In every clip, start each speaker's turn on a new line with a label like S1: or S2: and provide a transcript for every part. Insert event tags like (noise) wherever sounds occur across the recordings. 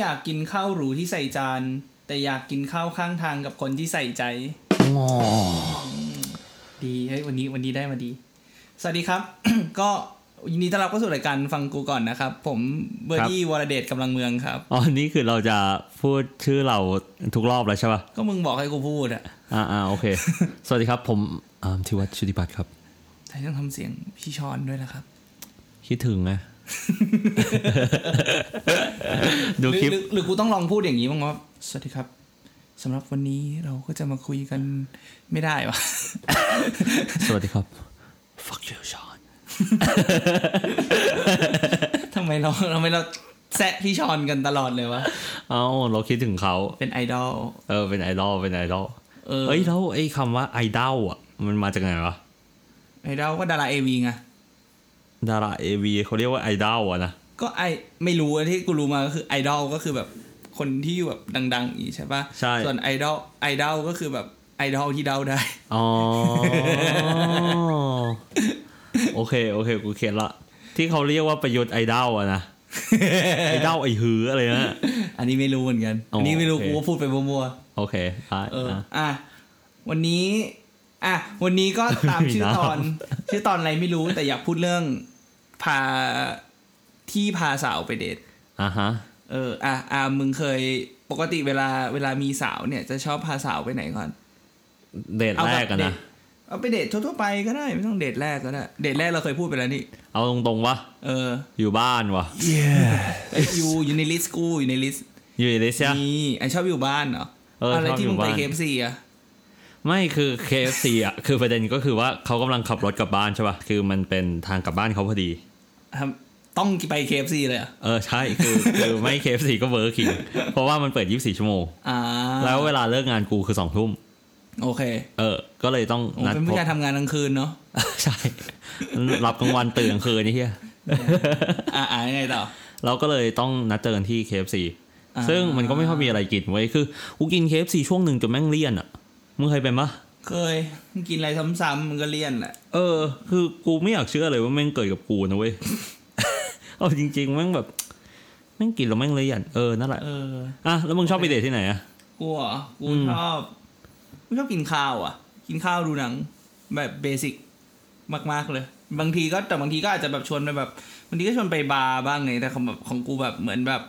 S1: อยากกินข้าวหรูที่ใส่จาน แต่อยากกินข้าวข้างทางกับคนที่ใส่ใจ
S2: อ๋อ
S1: ดีเฮ้ยวันนี้วันนี้ได้มาดี สวัสดีครับ (coughs) ก็ยินดีต้อนรับเข้าสู่รายการฟังกูก่อนนะครับ ผมเบอร์ดี้วรเดชกำลังเมืองครับ
S2: อ๋อนี่คือเราจะพูดชื่อเราทุกรอบแล้วใช่ป่ะ
S1: ก็มึงบอกให้กูพูดอะ
S2: อ่าอ่าโอเค สวัสดีครับผมอาร์มธิวัฒน์ชุติปัตย์ครับ
S1: ใช่ต้องทำเสียงพี่ชอนด้วยนะครับ
S2: คิดถึ (laughs) งนะ ดู
S1: หรือ
S2: คลิป
S1: หรือหรือกูต้องลองพูดอย่างนี้บ้างว่าสวัสดีครับสำหรับวันนี้เราก็จะมาคุยกันไม่ได้วะ (laughs)
S2: สวัสดีครับ fuck you Sean
S1: ทำไมเราทำไมเราแซะพี่ชอนกันตลอดเลยวะ
S2: เอ้าเราคิดถึงเขา
S1: เป็นไอดอล
S2: เออเป็นไอดอลเป็นไอดอล
S1: เออ
S2: เอ้ยแล้วไอ้คำว่าไอดอลอ่ะ มันมาจากไหนวะ
S1: ไอดอลก็ดาราเอวีไง
S2: ดาราเอวีเขาเรียกว่าไอดอลอะนะ
S1: ก็ไอไม่รู้อะที่กูรู้มาก็คือไอดอลก็คือแบบคนที่อยู่แบบดังๆอย่างงี้ใช่ปะ
S2: ใช่
S1: ส่วนไอดอลไอดอลก็คือแบบไอดอลที่เดาได้ (laughs)
S2: อ๋อ โอเค โอเค กูเขียนละ ที่เขาเรียกว่าประยุทธ์ไอดอลอะนะ ไอดอลไอหืออะไรนะ
S1: อันนี้ไม่รู้เหมือนกัน
S2: อ๋ออั
S1: อันนี้ไม่รู้
S2: โอเค
S1: กูก็พูดไปมัว
S2: โอเคได้
S1: ๆเออ
S2: นะ
S1: อ่ะวันนี้ อ่ะวันนี้ก็ตาม
S2: มี
S1: ชื่อ
S2: น้ำ
S1: ตอน ชื่อตอนอะไรไม่รู้แต่อยากพูดเรื่องพาที่พาสาวไปเดท
S2: อ่ะฮะ
S1: เออ อ่ะอ่ะมึงเคยปกติเวลาเวลามีสาวเนี่ยจะชอบพาสาวไปไหนก่อน
S2: เดทแรกกันนะ
S1: เอาไปเดททั่วๆไปก็ได้ไม่ต้องเดทแรกก็ได้ เดทแรกเราเคยพูดไปแล้วนี่
S2: เอาตรงๆวะ
S1: เออ
S2: อยู่บ้านวะ
S1: เอ้ยอยู่อยู่ในลิสต์กูอยู่ในลิสต์
S2: อยู่ในเลเซีย
S1: มีไอชอบอยู่บ้านเหรอ
S2: เออ
S1: ไร
S2: ชอบ
S1: ที่
S2: อยู่
S1: มึงไป
S2: บ้าน
S1: เคฟซีอะ
S2: ไม่คือ KFC อ่ะ คือประเด็นก็คือว่าเขากำลังขับรถกลับบ้านใช่ป่ะ คือมันเป็นทางกลับบ้านเขาพอดี
S1: ทำต้องไปเคฟซีเลยเหรอ
S2: เออ ใช่ คือคือไม่ KFC ก็เวิร์คิงเพราะว่ามันเปิด 24 ชั่วโมง
S1: อ่า
S2: แล้วเวลาเลิกงานกูคือ2ทุ่ม
S1: โอเค
S2: เออ ก็เลยต้อง
S1: ผม
S2: นัด
S1: เป็น
S2: พ
S1: ผู้
S2: บ
S1: ชายทำงานกลางคืนเนาะ
S2: (laughs) ใช่ รับกลางวันตื่นกลางคืนนี่เฮีย
S1: อ่าอ่ายังไงต่อ
S2: เราก็เลยต้องนัดเจอกันที่ KFC
S1: อ่า
S2: ซึ่งมันก็ไม่ค่อยมีอะไรกินเว้ย คือกูกิน KFC ช่วงหนึ่งจนแม่งเลี่ยนอ่ะ มึงเคยเป็นปะ
S1: เคยมึงกินอะไรซ้ำๆมันก็เลี่ยนแหละ
S2: เออ คือกูไม่อยากเชื่อเลยว่าแม่งเกิดกับกูนะเว้ย (laughs) เอาจริง ๆ แม่งแบบ แม่งกินแล้วแม่งเลี่ยน เออ นั่นแหละ
S1: เออ
S2: อ่ะ แล้วมึงชอบไปเดทที่ไหนอ่ะ
S1: กูเหรอกู
S2: อืม
S1: ชอบกูชอบกินข้าวอ่ะ กินข้าวดูหนังแบบเบสิกมากๆเลย บางทีก็แต่บางทีก็อาจจะแบบชวนไปแบบบางทีก็ชวนไปบาร์บ้างไงแต่ของแบบของกูแบบเหมือนแบบ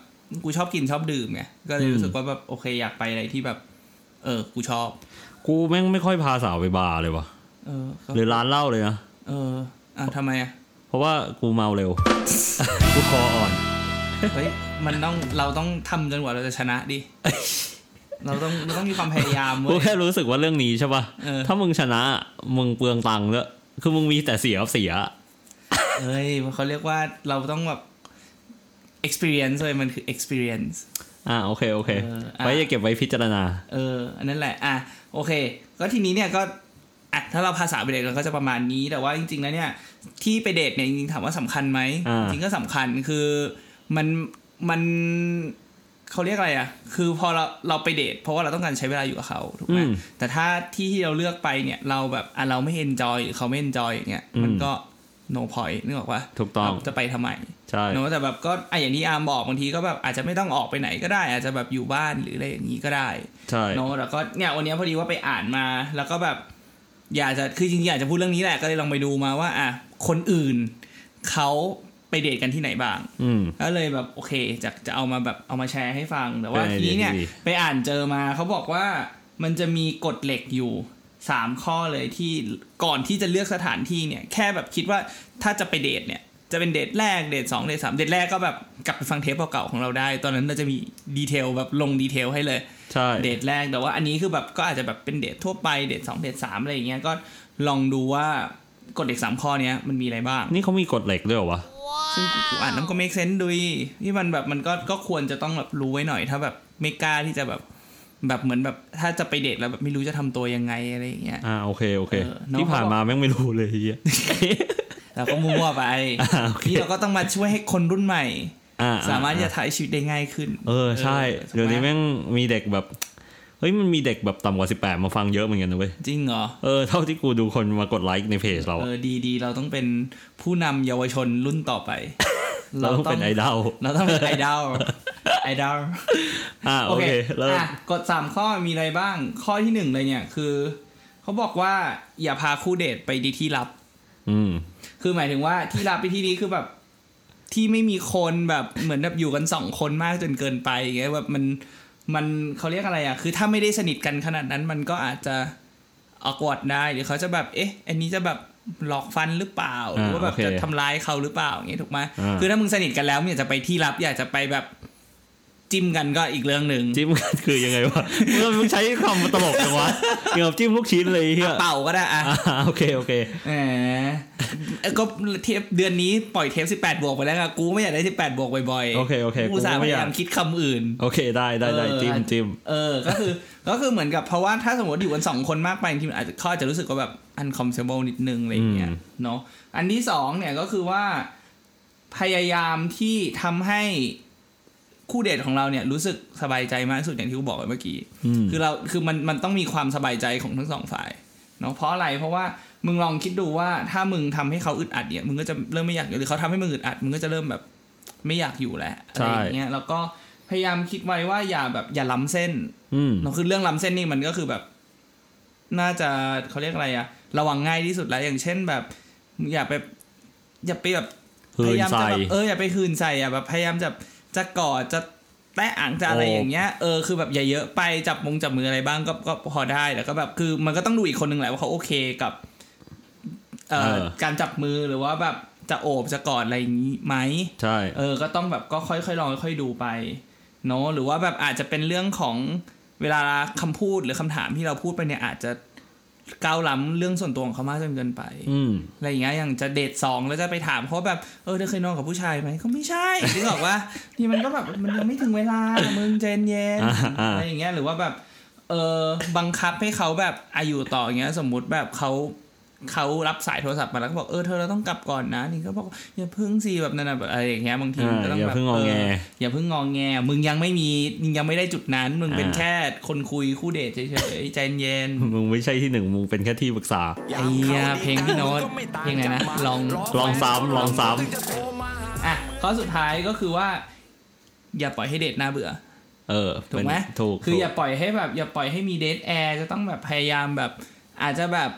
S1: กูชอบกินชอบดื่มไงก็เลยรู้สึกว่าแบบโอเคอยากไปอะไรที่แบบ เออ กูชอบ
S2: กูแม่งไม่ค่อยพาสาวไปบาร์เลยวะ
S1: เออก็
S2: หรือร้านเหล้าเลยนะ
S1: เอออ่ะทำไมอ่ะ
S2: เพราะว่ากูเมาเร็ว (laughs) กูคออ่อน
S1: เฮ้ยมันต้องเราต้องทำจนกว่าเราจะชนะดิ เราต้องเราต้องมีความพยายาม
S2: กู
S1: เว้ย
S2: แค่รู้สึกว่าเรื่องนี้ใช่ป่ะ
S1: เออ
S2: ถ้ามึงชนะมึงเปลืองตังค์เลยคือมึงมีแต่เสียกับเสีย
S1: เอ้ยเขาเรียกว่าเราต้องแบบ experience เลยมันคือ experience
S2: อ่าโอเคโอเค
S1: เอออ่ะ
S2: ไว้จะเก็บไว้พิจารณา
S1: เออ อันนั้นแหละ อ่ะ โอเค ก็ทีนี้เนี่ยก็ อ่ะ ถ้าเราภาษาไปเดทเราก็จะประมาณนี้ แต่ว่าจริงๆ แล้วเนี่ย ที่ไปเดทเนี่ยจริงๆ ถามว่าสำคัญไหม
S2: อ่า
S1: จริงก็สำคัญ คือมันมันเขาเรียกอะไรอ่ะ คือพอเราเราไปเดทเพราะว่าเราต้องการใช้เวลาอยู่กับเขาถูกไหม แต่ถ้าที่ที่เราเลือกไปเนี่ยเราแบบอ่ะเราไม่ enjoy หรือเขาไม่ enjoy อย่างเงี้ย มันก็ no point นึกออกปะ
S2: ถูกต้อง
S1: เราจะไปทำไม
S2: ใช่
S1: เนอะแต่แบบก็อ่ะอย่างที่อาร์มบอกบางทีก็แบบอาจจะไม่ต้องออกไปไหนก็ได้ อาจจะแบบอยู่บ้านหรืออะไรอย่างนี้ก็ได้
S2: ใช่
S1: เนอะแล้วก็เนี่ยวันนี้พอดีว่าไปอ่านมา แล้วก็แบบ อยากจะคือจริงๆอยากจะพูดเรื่องนี้แหละก็เลยลองไปดูมาว่า อ่ะคนอื่นเขาไปเดทกันที่ไหนบ้าง
S2: อืม
S1: ก็เลยแบบโอเคจะจะเอามาแบบเอามาแชร์ให้ฟัง แต่ว่า
S2: เป็นไอ
S1: ที
S2: เดีย
S1: นี้เนี่ย
S2: ที่ดี
S1: ไปอ่านเจอมาเขาบอกว่ามันจะมีกฎเหล็กอยู่สามข้อเลยที่ก่อนที่จะเลือกสถานที่เนี่ย แค่แบบคิดว่าถ้าจะไปเดทเนี่ย จะเป็นเดทแรกเดทสองเดทสามเดทแรกก็แบบกลับไปฟังเทปเก่าๆของเราได้ ตอนนั้นเราจะมีดีเทลแบบลงดีเทลให้เลย
S2: ใช่
S1: เดทแรกแต่ว่าอันนี้คือแบบก็อาจจะแบบเป็นเดททั่วไปเดทสองเดทสามอะไรอย่างเงี้ยก็ลองดูว่ากฎเหล็กสามข้อเนี้ยมันมีอะไรบ้าง
S2: นี่เขามีกฎเหล็กด้วยเหรอวะ
S1: ซึ่งกูอ่านแล้วมันก็ make sense ดุยที่มันแบบมันก็ก็ควรจะต้องแบบรู้ไว้หน่อย ถ้าแบบไม่กล้าที่จะแบบแบบเหมือนแบบถ้าจะไปเดทแล้วแบบไม่รู้จะทำตัวยังไงอะไรอย่างเงี้ย
S2: อ่าโอเคโอเค
S1: เออน้อง
S2: ที่ผ่านมาแม่งไม่รู้เลยเฮีย
S1: เราก็มั่วไป
S2: อ่า (laughs) โอเค
S1: นี่เราก็ต้องมาช่วยให้คนรุ่นใหม่
S2: อ่า
S1: สามารถที่จะถ่ายชีวิตได้ง่ายขึ้น
S2: เออใช่
S1: ถูกไห
S2: เดี๋ยวนี้แม่งมีเด็กแบบ เฮ้ยมันมีเด็กแบบต่ำกว่าสิบแปดมาฟังเยอะเหมือนกันนะเว้ย
S1: จริงเหรอ
S2: เออเท่าที่กูดูคนมากดไลค์ในเพจเรา
S1: เอ
S2: อะ
S1: อดีดีเราต้องเป็นผู้นำเยาวชนรุ่นต่อไป
S2: (laughs) เราต้องเป็นไอดอล
S1: เราต้องเป็นไอดอ (laughs) ลไอดอล
S2: อ่าโอเคแล้ว
S1: อ่ะกดสามข้อมีอะไรบ้าง ข้อที่หนึ่งเลยเนี่ยคือ เขาบอกว่าอย่าพาคู่เดทไปดีที่ลับ
S2: อืม
S1: คือหมายถึงว่าที่ลับไปที่นี้คือแบบ ที่ไม่มีคนแบบเหมือนแบบอยู่กันสองคนมากจนเกินไปอย่างเงี้ยแบบมันมันเขาเรียกอะไรอ่ะ คือถ้าไม่ได้สนิทกันขนาดนั้น มันก็อาจจะออกวดได้หรือเขาจะแบบ เอ๊ะ อันนี้จะแบบหลอกฟันหรือเปล่า หรือว่าแบบ
S2: อ่าโอเค
S1: จะทำร้ายเขาหรือเปล่าอย่างเงี้ยถูกไหม
S2: อ่า
S1: คือถ้ามึงสนิทกันแล้วมึงอยากจะไปที่ลับ อยากจะไปแบบจิ้มกันก็อีกเรื่องหนึ่ง (laughs)
S2: จิ้มกันคือยังไงวะมึงมึงใช้คำตลกจังวะเกี่ยวกับจิ้มลูกชิ้นเลยไอ้เฮีย
S1: เป่าก็ได้อ่ะ
S2: อ่าโอเคโอเค
S1: แหมเอ้ยก็เทปเดือนนี้ปล่อยเทป18บวกไปแล้วอะกูไม่อยากได้18บวกบ่อยๆ
S2: โอเคโอเค
S1: กูสาห์พยายามคิดคำอื่น
S2: โอเคได้ได้ได้
S1: เออ
S2: จิ้มจิ้ม
S1: เออ ก็คือ ก็คือเหมือนกับเพราะว่าถ้าสมมติอยู่กันสองคนมากไปทีมอาจจะเขาอาจจะรู้สึกว่าแบบ uncomfortable นิดนึงอะไรอย่างเงี้ยเนาะ อันที่สองเนี่ยก็คือว่า พยายามที่ทำให้คู่เดทของเราเนี่ยรู้สึกสบายใจมากที่สุดอย่างที่กูบอกไปเมื่อกี้
S2: อืม
S1: คือเรา คือมัน มันต้องมีความสบายใจของทั้งสองฝ่ายเนาะ เพราะอะไร เพราะว่ามึงลองคิดดูว่าถ้ามึงทำให้เขาอึดอัดเนี่ย มึงก็จะเริ่มไม่อยากอยู่หรือเขาทำให้มึงอึดอัด มึงก็จะเริ่มแบบไม่อยากอยู่แล้วอะไรอย่างเงี้ย แล้วก็พยายามคิดไว้ว่าอย่าแบบอย่าล้ำเส้น
S2: อืม
S1: เนาะ คือเรื่องล้ำเส้นนี่มันก็คือแบบ น่าจะเขาเรียกอะไรอะระวังง่ายที่สุดแล้ว อย่างเช่นแบบ อย่าไป อย่าไปแบบ
S2: เฮิ
S1: พ
S2: น
S1: ยายาม
S2: ใส่
S1: จะแบบเอออย่าไปคืนใส่อ่ะแบบพยายามจะจะกอดจะแตะอ่างจะอะไร
S2: โอ้
S1: อย่างเงี้ยเออคือแบบอย่าเยอะไปจับมงจับมืออะไรบ้างก็ก็พอได้แต่ก็แบบคือมันก็ต้องดูอีกคนหนึ่งแหละว่าเขาโอเคกับเอ่อการจับมือหรือว่าแบบจะโอบจะกอดอะไรอย่างงี้ไหม
S2: ใช่
S1: เออ ก็ต้องแบบก็ค่อยๆลองค่อยๆดูไปเนาะหรือว่าแบบอาจจะเป็นเรื่องของเวลาคำพูดหรือคำถามที่เราพูดไปเนี่ยอาจจะก้าวล้ำเรื่องส่วนตัวของเขามากจนเกินไป
S2: อืม
S1: อะไรอย่างเงี้ยอย่างจะเดทสองแล้วจะไปถามเขาแบบเออเธอเคยนอนกับผู้ชายไหมก็ไม่ใช่นึกออกว่า (laughs) นี่มันก็แบบมันยังไม่ถึงเวลามึงเจนเย็น
S2: (laughs) อ่าอ่า
S1: อะไรอย่างเงี้ยหรือว่าแบบเออบังคับให้เขาแบบอายุต่ออย่างเงี้ย สมมุติแบบเขาเขารับสายโทรศัพท์มาแล้วก็บอกเออเธอเราต้องกลับก่อนนะนี่ก็บอกอย่าเพึ่งสิแบบนั้นน่ะแบบอะไรอย่างเงี้ยบางที
S2: อ่า
S1: มันก็ต้อง
S2: อย่า
S1: แบบ
S2: เพิ่งงอแง
S1: เอออย่าเพิ่งงองแง มึงยังไม่มีมึงยังไม่ได้จุดนั้นมึงเป็น
S2: อ่า
S1: แค่คนคุยคู่เดทเฉยๆใจเย็น
S2: มึงไม่ใช่ที่หนึ่งมึงเป็นแค่ที่ปรึกษา
S1: ไอ้เหี้ยเพลงพี่โน้ตเพลงไหนนะลอง
S2: ลองซ้ำลองซ้
S1: อ่ะข้อสุดท้ายก็คือว่า อย่าปล่อยให้เดทน่าเบื่อ
S2: เออ
S1: ถู
S2: เป็
S1: ก
S2: น
S1: ไหม
S2: ถูก
S1: คือ
S2: ถูก
S1: อย่าปล่อยให้แบบ อย่าปล่อยให้มีเดทแอร์จะต้องแบบพยายามแบบ อาจจะแบบ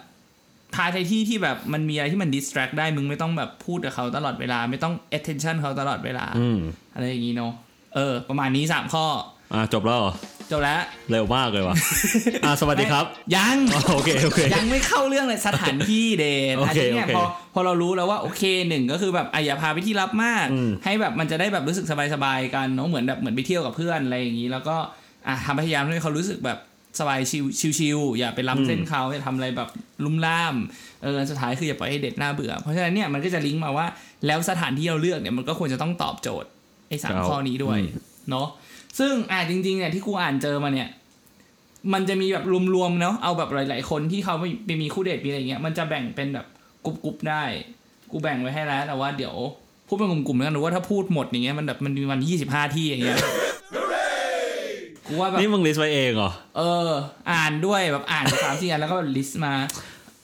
S1: พาไปที่ที่แบบมันมีอะไรที่มันดิสแทรกได้มึงไม่ต้องแบบพูดกับเขาตลอดเวลา ไม่ต้อง attention เขาตลอดเวลา
S2: อืม
S1: อะไรอย่างนี้เนาะเออ ประมาณนี้สามข้อ
S2: อ่ะจบแล้วเหรอ
S1: จบแล้ว
S2: เร็วมาก
S1: (laughs)
S2: เลยว่ะอ่ะสวัสดีครับ
S1: ยัง
S2: (laughs) อ๋อโอเคโอเค
S1: ยังไม่เข้าเรื่องเลยสถานที่เดน
S2: โอ
S1: อัน
S2: เค
S1: นี้เนี่ย
S2: โอเค
S1: พอพอเรารู้แล้วว่าโอเคหนึ่งก็คือแบบอ่ะอย่าพาไปที่ลับมาก
S2: อืม
S1: ให้แบบมันจะได้แบบรู้สึกสบายๆกันเนาะเหมือนแบบเหมือนไปเที่ยวกับเพื่อนอะไรอย่างนี้ แล้วก็อ่ะทำพยายามให้เขารู้สึกแบบสบายชิวชิวๆอย่าไปล้ำเส้นเขาอย่าทำอะไรแบบลุ่มล่ามเออสุดท้ายคืออย่าปล่อยให้เด็ดหน้าเบื่อ เพราะฉะนั้นเนี่ยมันก็จะลิงก์มาว่าแล้วสถานที่เราเลือกเนี่ยมันก็ควรจะต้องตอบโจทย์ไอ้สามข้อนี้ด้วยเนาะซึ่งอ่ะจริงๆเนี่ยที่กูอ่านเจอมาเนี่ย มันจะมีแบบรวมๆเนาะเอาแบบหลาย ๆ คนที่เขาไม่ไปมีคู่เดทมีอะไรอย่างเงี้ยมันจะแบ่งเป็นแบบกรุ๊ปๆได้ กูแบ่งไว้ให้แล้วแต่ว่าเดี๋ยวพูดเป็นกลุ่มๆแล้วกันหรือว่าถ้าพูดหมดอย่างเงี้ยมันแบบมันมีวันยี่สิบห้าที่อย่างเงี้ยกูว่าแบบ
S2: นี่มึงลิสต์ไว้เองเหรอ
S1: เออ อ่านด้วยแบบอ่านสามสี่อันแล้วก็ลิสต์มา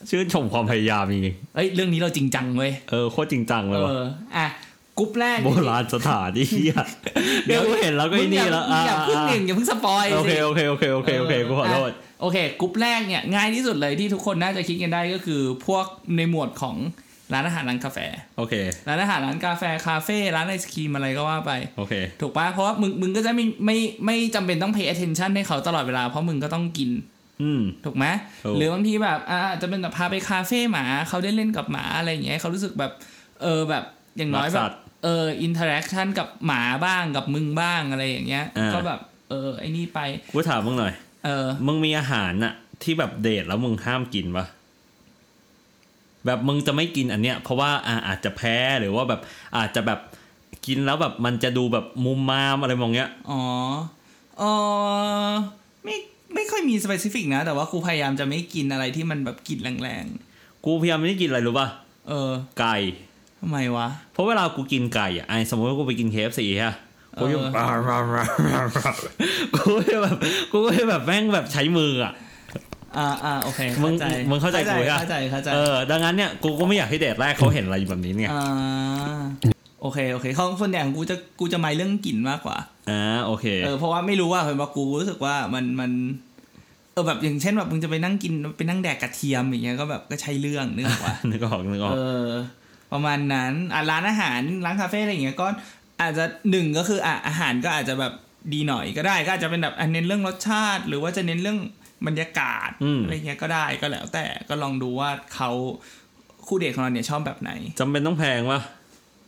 S2: ชื่นชมความพยายามจริง
S1: เอ้ยเรื่องนี้เราจริงจังเว้ย
S2: ๆเออโคตรจริงจังเล
S1: เอย
S2: ว่ะ
S1: ออ่ะกรุ๊ปแรก
S2: โบราณสถานที่เหี้ยเดี๋ยวกูเห็นแล้วก็ไอ้นี่แล้ว
S1: มึ
S2: อ่าง
S1: อย่าเพึ่งหนึ่งอย่าเพึ่งสปอย
S2: โอเค
S1: สิ
S2: โอเคโอเคโอเคโอเคกูขอโทษ
S1: โอเคกรุ๊ปแรกเนี่ยง่ายที่สุดเลยที่ทุกคนน่าจะคิดกันได้ก็คือ พวกในหมวดของร้านอาหารร้านกาแฟ
S2: โอเค
S1: ร้านอาหารร้านกาแฟคาเฟ่ร้านไอศครีมอะไรก็ว่าไป
S2: โอเค
S1: ถูกปะเพราะว่ามึงมึงก็จะไม่ไม่ไม่จำเป็นต้อง pay attention ให้เขาตลอดเวลา เพราะมึงก็ต้องกิน
S2: อืม
S1: ถูกไหม
S2: ถูก
S1: หรือบางทีแบบอ่าอาจจะเป็นแบบพาไปคาเฟ่หมาเขาได้เล่นกับหมาอะไรอย่างเงี้ยเขารู้สึกแบบเออแบบอย่างน้อยแบ
S2: รับ สัตว์
S1: เอออินเทอร์แอคชั่นกับหมาบ้างกับมึงบ้างอะไรอย่างเงี้ย
S2: อ่า
S1: ก็แบบเออไอ้นี่ไป
S2: กูถามมึงหน่อย
S1: เออ
S2: มึงมีอาหารน่ะ ที่แบบเดทแล้วมึงห้ามกินปะแบบมึงจะไม่กินอันเนี้ย เพราะว่าอ่าอาจจะแพ้หรือว่าแบบอาจจะแบบกินแล้วแบบมันจะดูแบบมุมมามอะไรมองเงี้ย
S1: อ๋อเออไม่ไม่ค่อยมีสเปซิฟิกนะ แต่ว่าครูพยายามจะไม่กินอะไรที่มันแบบกลิ่นแรง
S2: กูพยายามไม่ได้กินอะไรรู้ปะ
S1: ๆ เออ
S2: ไก่
S1: ทำไมวะ
S2: เพราะเวลากูกินไก่อ่ะไอ้สมมติว่ากูไปกินเคฟซีฮะกูยัง
S1: เออ
S2: กูจะแบบกูก็จะแบบแม่งแบบใช้มืออ่ะ
S1: อ่าอ่าโอเค
S2: มึง
S1: เข้าใจ
S2: มึงเข้าใจกูอะ
S1: เข้าใจเข้าใจ
S2: เออดังนั้นเนี่ยกูก็ไม่อยากให้เดทแรกเขาเห็นอะไรแบบนี้เนี่ย
S1: อ่าโอ โอเคโอเคของส่วนใหญ่ของกูจะกูจะหมายเรื่องกลิ่นมากกว่า
S2: อ่าโอเค
S1: เออเพราะว่าไม่รู้ว่าเห็นว่ากูรู้สึกว่ามันมัน เออแบบอย่างเช่นแบบมึงจะไปนั่งกินไปนั่งแดกกระเทียมอย่างเงี้ยก็แบบก็ใช้เรื่องนึกออกปะ
S2: นึกออกนึกออก
S1: เออประมาณนั้นอ่ะร้านอาหารร้านคาเฟ่อะไรอย่างเงี้ยก็อาจจะหนึ่งก็คืออ่ะอาหารก็อาจจะแบบดีหน่อยก็ได้ก็อาจจะเป็นแบบอ่ะเน้นเรื่องรสชาติ หรือว่าจะเน้นเรื่องบรรยากาศอะไรเงี้ยก็ได้ก็แล้วแต่ก็ลองดูว่าเขาคู่เดทของเราเนี่ยชอบแบบไหน
S2: จำเป็นต้องแพงปะ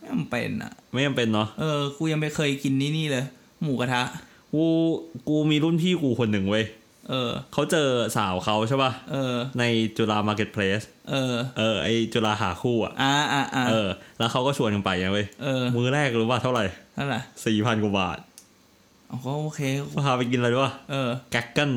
S1: ไม่จำเป็นอ่ะ
S2: ไม่จำเป็นเนาะ
S1: เออกูยังไม่เคยกินนี่นี่เลย หมูกระทะ
S2: กูกูมีรุ่นพี่กูคนหนึ่งเว้ย
S1: เออ
S2: เขาเจอสาวเขาใช่ปะ
S1: เออ
S2: ในจุฬามาร์เก็ตเพลส
S1: เออ
S2: เออไอจุฬาหาคู่อ่ะ
S1: อ่าอ่าอ่า
S2: เออ แล้วเขาก็ชวนกันไปนะเว้ย
S1: เออ
S2: มือแรกรู้ว่าเท่าไหร่
S1: นั่นแหละ
S2: สี่พันกว่าบาท
S1: อ๋อก็โอเค
S2: พาไปกินอะไรรู้ปะ
S1: เออ
S2: แกกเกิล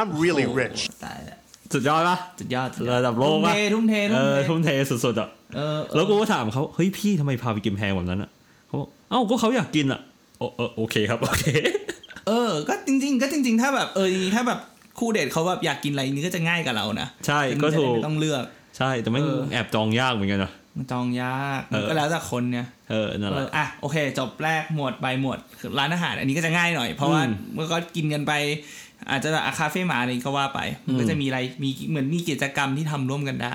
S3: I'm really rich.
S1: ตายแล้ว
S2: สุดยอดปะ
S1: สุดยอดสุยอ
S2: ระดับโลกปะ
S1: ทุ่มเท
S2: เอ
S1: ทุ่มเท
S2: อทุ่มเทสุดๆอ่ะ
S1: เออเออ
S2: แล้วกูก็ถามเขาเฮ้ยพี่ทำไมพาไปกินแพงแบบนั้นอ่ะเขาบอกเอ้าก็เขาอยากกินอ่ะโอเออโอเคครับ (laughs) โอเค
S1: เออ ก็จริง ๆ ก็จริง ๆ ถ้าแบบเออจริงๆถ้าแบบคู่เดทเขาแบบอยากกินอะไรนี่ก็จะง่ายกับเรานะ
S2: ใช่
S1: ซึ่ง
S2: ก็
S1: จะได้
S2: ถูก
S1: ไม่ต้องเลือก
S2: ใช่แต่ไม่ง
S1: เออ
S2: แอบจองยากเหมือนกันนะ
S1: มันจองยาก
S2: เออ
S1: ก็แล้วแต่คนเนี่ย
S2: เออนั่น
S1: เอ
S2: แห
S1: อ
S2: ละ
S1: อ่ะโอเค จบแรกหมวดไปหมวดคือร้านอาหาร อันนี้ก็จะง่ายหน่อย เพราะว่า
S2: อืม
S1: มันก็กินกันไป อาจจะแบบอ่ะคาเฟ่หมาอะไรก็ว่าไปมันก็
S2: อืม
S1: จะมีอะไรมีเหมือนมีกิจกรรมที่ทำร่วมกันได้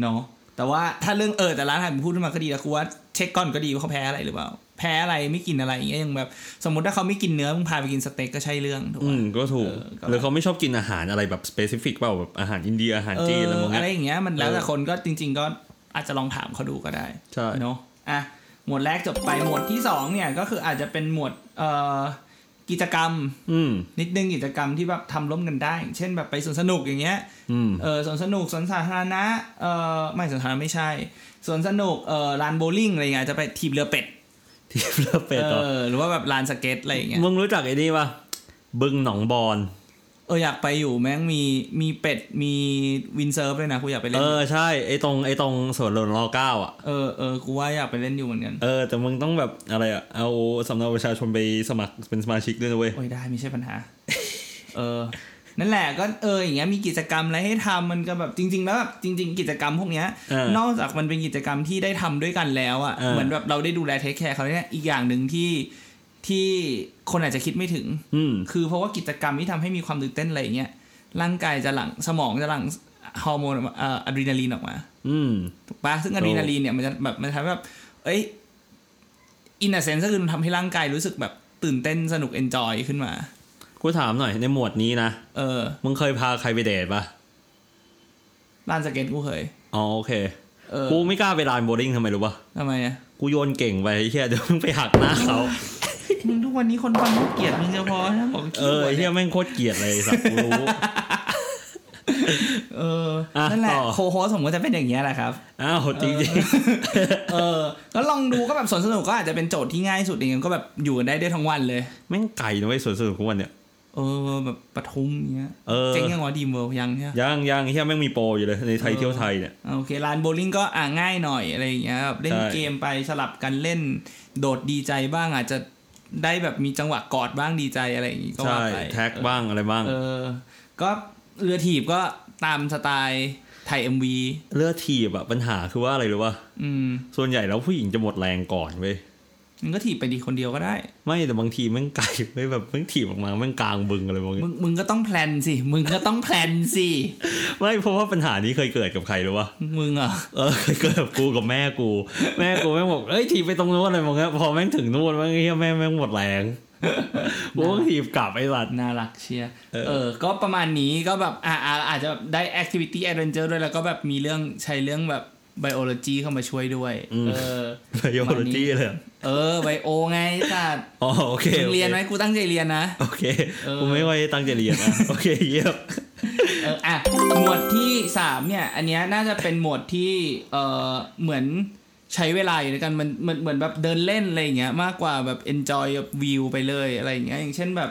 S1: เนาะแต่ว่าถ้าเรื่องเออแต่ร้านอาหารพูดขึ้นมาก็ดีแล้วกูว่าเช็คก่อนก็ดีว่าเขาแพ้อะไรหรือเปล่าแพ้อะไรไม่กินอะไรอย่างเงี้ยยังแบบ สมมติถ้าเขาไม่กินเนื้อมึงพาไปกินสเต็กก็ใช่เรื่องถูก
S2: อื
S1: ปะ
S2: มก็ถูก
S1: เออก็
S2: หรือเขาไม่ชอบกินอาหารอะไรแบบสเปซิฟิกเปล่าแบบอาหารอินเดียอาหารจีนอะไรพวก
S1: เอออะไร
S2: เนี้ย
S1: อย่างเงี้ยมันแล้วแต่
S2: เออ
S1: คนก็จริง ๆ ก็อาจจะลองถามเขาดูก็ได้
S2: ใช่
S1: เนาะอ่ะหมวดแรกจบไปหมวดที่สองเนี่ยก็คืออาจจะเป็นหมวดเอ่อกิจกรรม
S2: อืม (laughs)
S1: นิดนึงกิจกรรมที่แบบทำร่วมกันได้อย่างเช่นแบบไปสวนสนุกอย่างเงี้ย
S2: อืม
S1: เออสวนสนุกสวนสาธารณะเออไม่สวนสาธารณะไม่ใช่สวนสนุกเออลานโบว์ลิ่งอะไรเงี้ยอาจจะไปทีบเรือเป็ด
S2: ที่เลอเป็ดเหรอ
S1: เออหรือว่าแบบลานสเก็ตอะไรอย่างเงี้ย
S2: มึงรู้จักไอ้นี่ปะบึงหนองบอน
S1: เอออยากไปอยู่แม่งมีมีเป็ดมีวินเซิร์ฟด้วยนะกูอยากไปเล่
S2: เอน อใช่ไอ้ตรงไอ้ตรงสวนหลวงรอเก้าอ่ะ
S1: เออเออกูว่าอยากไปเล่นอยู่เหมือนกัน
S2: เออแต่มึงต้องแบบอะไรอ่ะเอาสำเนาประชาชนไปสมัครเป็นสมาชิกด้วยนะเว้ย
S1: โอ้ยได้ไม่ใช่ปัญหา (laughs) เออ นั่นแหละก็เอออย่างเงี้ยมีกิจกรรมอะไรให้ทำมันก็แบบจริง ๆ แล้วแบบจริง ๆ กิจกรรมพวกเนี้ย
S2: เออ
S1: นอกจากมันเป็นกิจกรรมที่ได้ทำด้วยกันแล้วอ่ะ
S2: เออ
S1: เหมือนแบบเราได้ดูแลเทคแคร์เขาเนี่ยอีกอย่างหนึ่งที่ที่คนอาจจะคิดไม่ถึง
S2: อืม
S1: คือเพราะว่ากิจกรรมที่ทำให้มีความตื่นเต้นอะไรอย่างเงี้ยร่างกายจะหลั่งสมองจะหลั่งฮอร์โมนออกมาเอ่ออะดรีนาลีนออกมา
S2: อืม
S1: ถูกปะซึ่งอะดรีนาลีนเนี่ยมันจะแบบมันทำให้แบบเอ้ยอินเนเซนซ์ก็คือมันทำให้ร่างกายรู้สึกแบบตื่นเต้นสนุกเอนจอยขึ้นมา
S2: กูถามหน่อยในหมวดนี้นะ
S1: เออ
S2: มึงเคยพาใครไปเดทปะ
S1: ร้านสเก็ตกูเคย
S2: อ๋อโอเค
S1: เออ
S2: กูไม่กล้าไปลานโบว์ลิ่งทำไมรู้ปะ
S1: ทำไมอ่ะ
S2: กูโยนเก่งไปไอ้เฮียเดี๋ยวมึงไปหักหน้าเขา
S1: มึงทุกวันนี้คนฟังเขาเกลียดมึงจะพอนะบอก
S2: เออไอ้เฮียแม่งโคตรเกลียดเลยสักกูรู้
S1: (laughs) เออ
S2: อ่ะ
S1: นั่นแหละ
S2: ต่อ
S1: โคโฮสผมก็จะเป็นอย่างเงี้ยแหละครับ
S2: อ้าวจริงจริง
S1: เออ ก็ลองดูก็แบบสวนสนุกก็อาจจะเป็นโจทย์ที่ง่ายสุดอย่างเงี้ยก็แบบอยู่กันได้ได้ทั้งวันเลย
S2: ๆแม่งไก่นะเว้ยสวนสนุกทุกวันเนี่ย
S1: เออแบบปทุมเงี้ย
S2: เออ
S1: เจ๊งยังวะดีมเวิร์ยังเนี่ย
S2: ยังยังไอ้เฮียแม่งมีโปรอยู่เลยในไทย
S1: เออ
S2: เที่ยวไทยเนี่ย
S1: อ่ะโอเคลานโบว์ลิ่งก็อ่าง่ายหน่อยอะไรอย่างเงี้ยแบบเล่น
S2: ใช่
S1: เกมไปสลับกันเล่น โดดดีใจบ้างอาจจะได้แบบมีจังหวะกอดบ้างดีใจอะไรอย่างงี้ก็
S2: ใช่
S1: ว่าไป
S2: แท็กบ้างอะไรบ้าง
S1: เออ ก็เรือถีบก็ตามสไตล์ไทยเอ็มวี
S2: เลือดถีบอะปัญหาคือว่าอะไรรู้ปะ
S1: อืม
S2: ส่วนใหญ่แล้วผู้หญิงจะหมดแรงก่อนเว้ย
S1: มึงก็ถีบไปดีคนเดียวก็ได้
S2: ไม่แต่บางทีแม่งไก่เว้ยแบบแม่งถีบออกมาแม่งกลางบึงอะไรบางอย่า
S1: มึ
S2: ง
S1: งมึงก็ต้องแพลนสิ มึงก็ต้องแพลนสิ
S2: ไม่เพราะว่าปัญหานี้เคยเกิดกับใครรู้ปะ
S1: มึงเหรอ่ะ
S2: เออเคยเกิดกับกูกับแม่กู แม่กูแม่งบอกเอ้ยถีบไปตรงนู้นอะไรมองเงี้ยพอแม่งถึงนู่นแม่งเฮียแม่งแม่งหมดแรง
S1: (laughs)
S2: กูต้องถีบกลับไอ้สัตว์
S1: น่ารักเชียร์
S2: เออ
S1: เออ ก็ประมาณนี้ก็แบบอ่าอ่าอาจจะแบบได้แอคทิวิตี้แอดเวนเจอร์ด้วยแล้วก็แบบมีเรื่องใช้เรื่องแบบไบโอโลจีเข้ามาช่วยด้วย เออ
S2: ไบโอโลจีเลยอะ
S1: เออไบโอไงสัตว์
S2: อ๋อโอเค
S1: มึ
S2: โองค
S1: เรียนไหมกูตั้งใจเรียนนะ
S2: โอเค
S1: เออ
S2: กูไม่ค่อยตั้งใจ
S1: (laughs)
S2: เรียนนะโอเคเยี่ยม
S1: เอออ่ะหมวดที่สามเนี่ยอันเนี้ยน่าจะเป็นหมวดที่เออเหมือนใช้เวลาอยู่ด้วยกันมันเหมือนเหมือนแบบเดินเล่นอะไรอย่างเงี้ยมากกว่าแบบ enjoy กับวิวไปเลยอะไรอย่างเงี้ยอย่างเช่นแบบ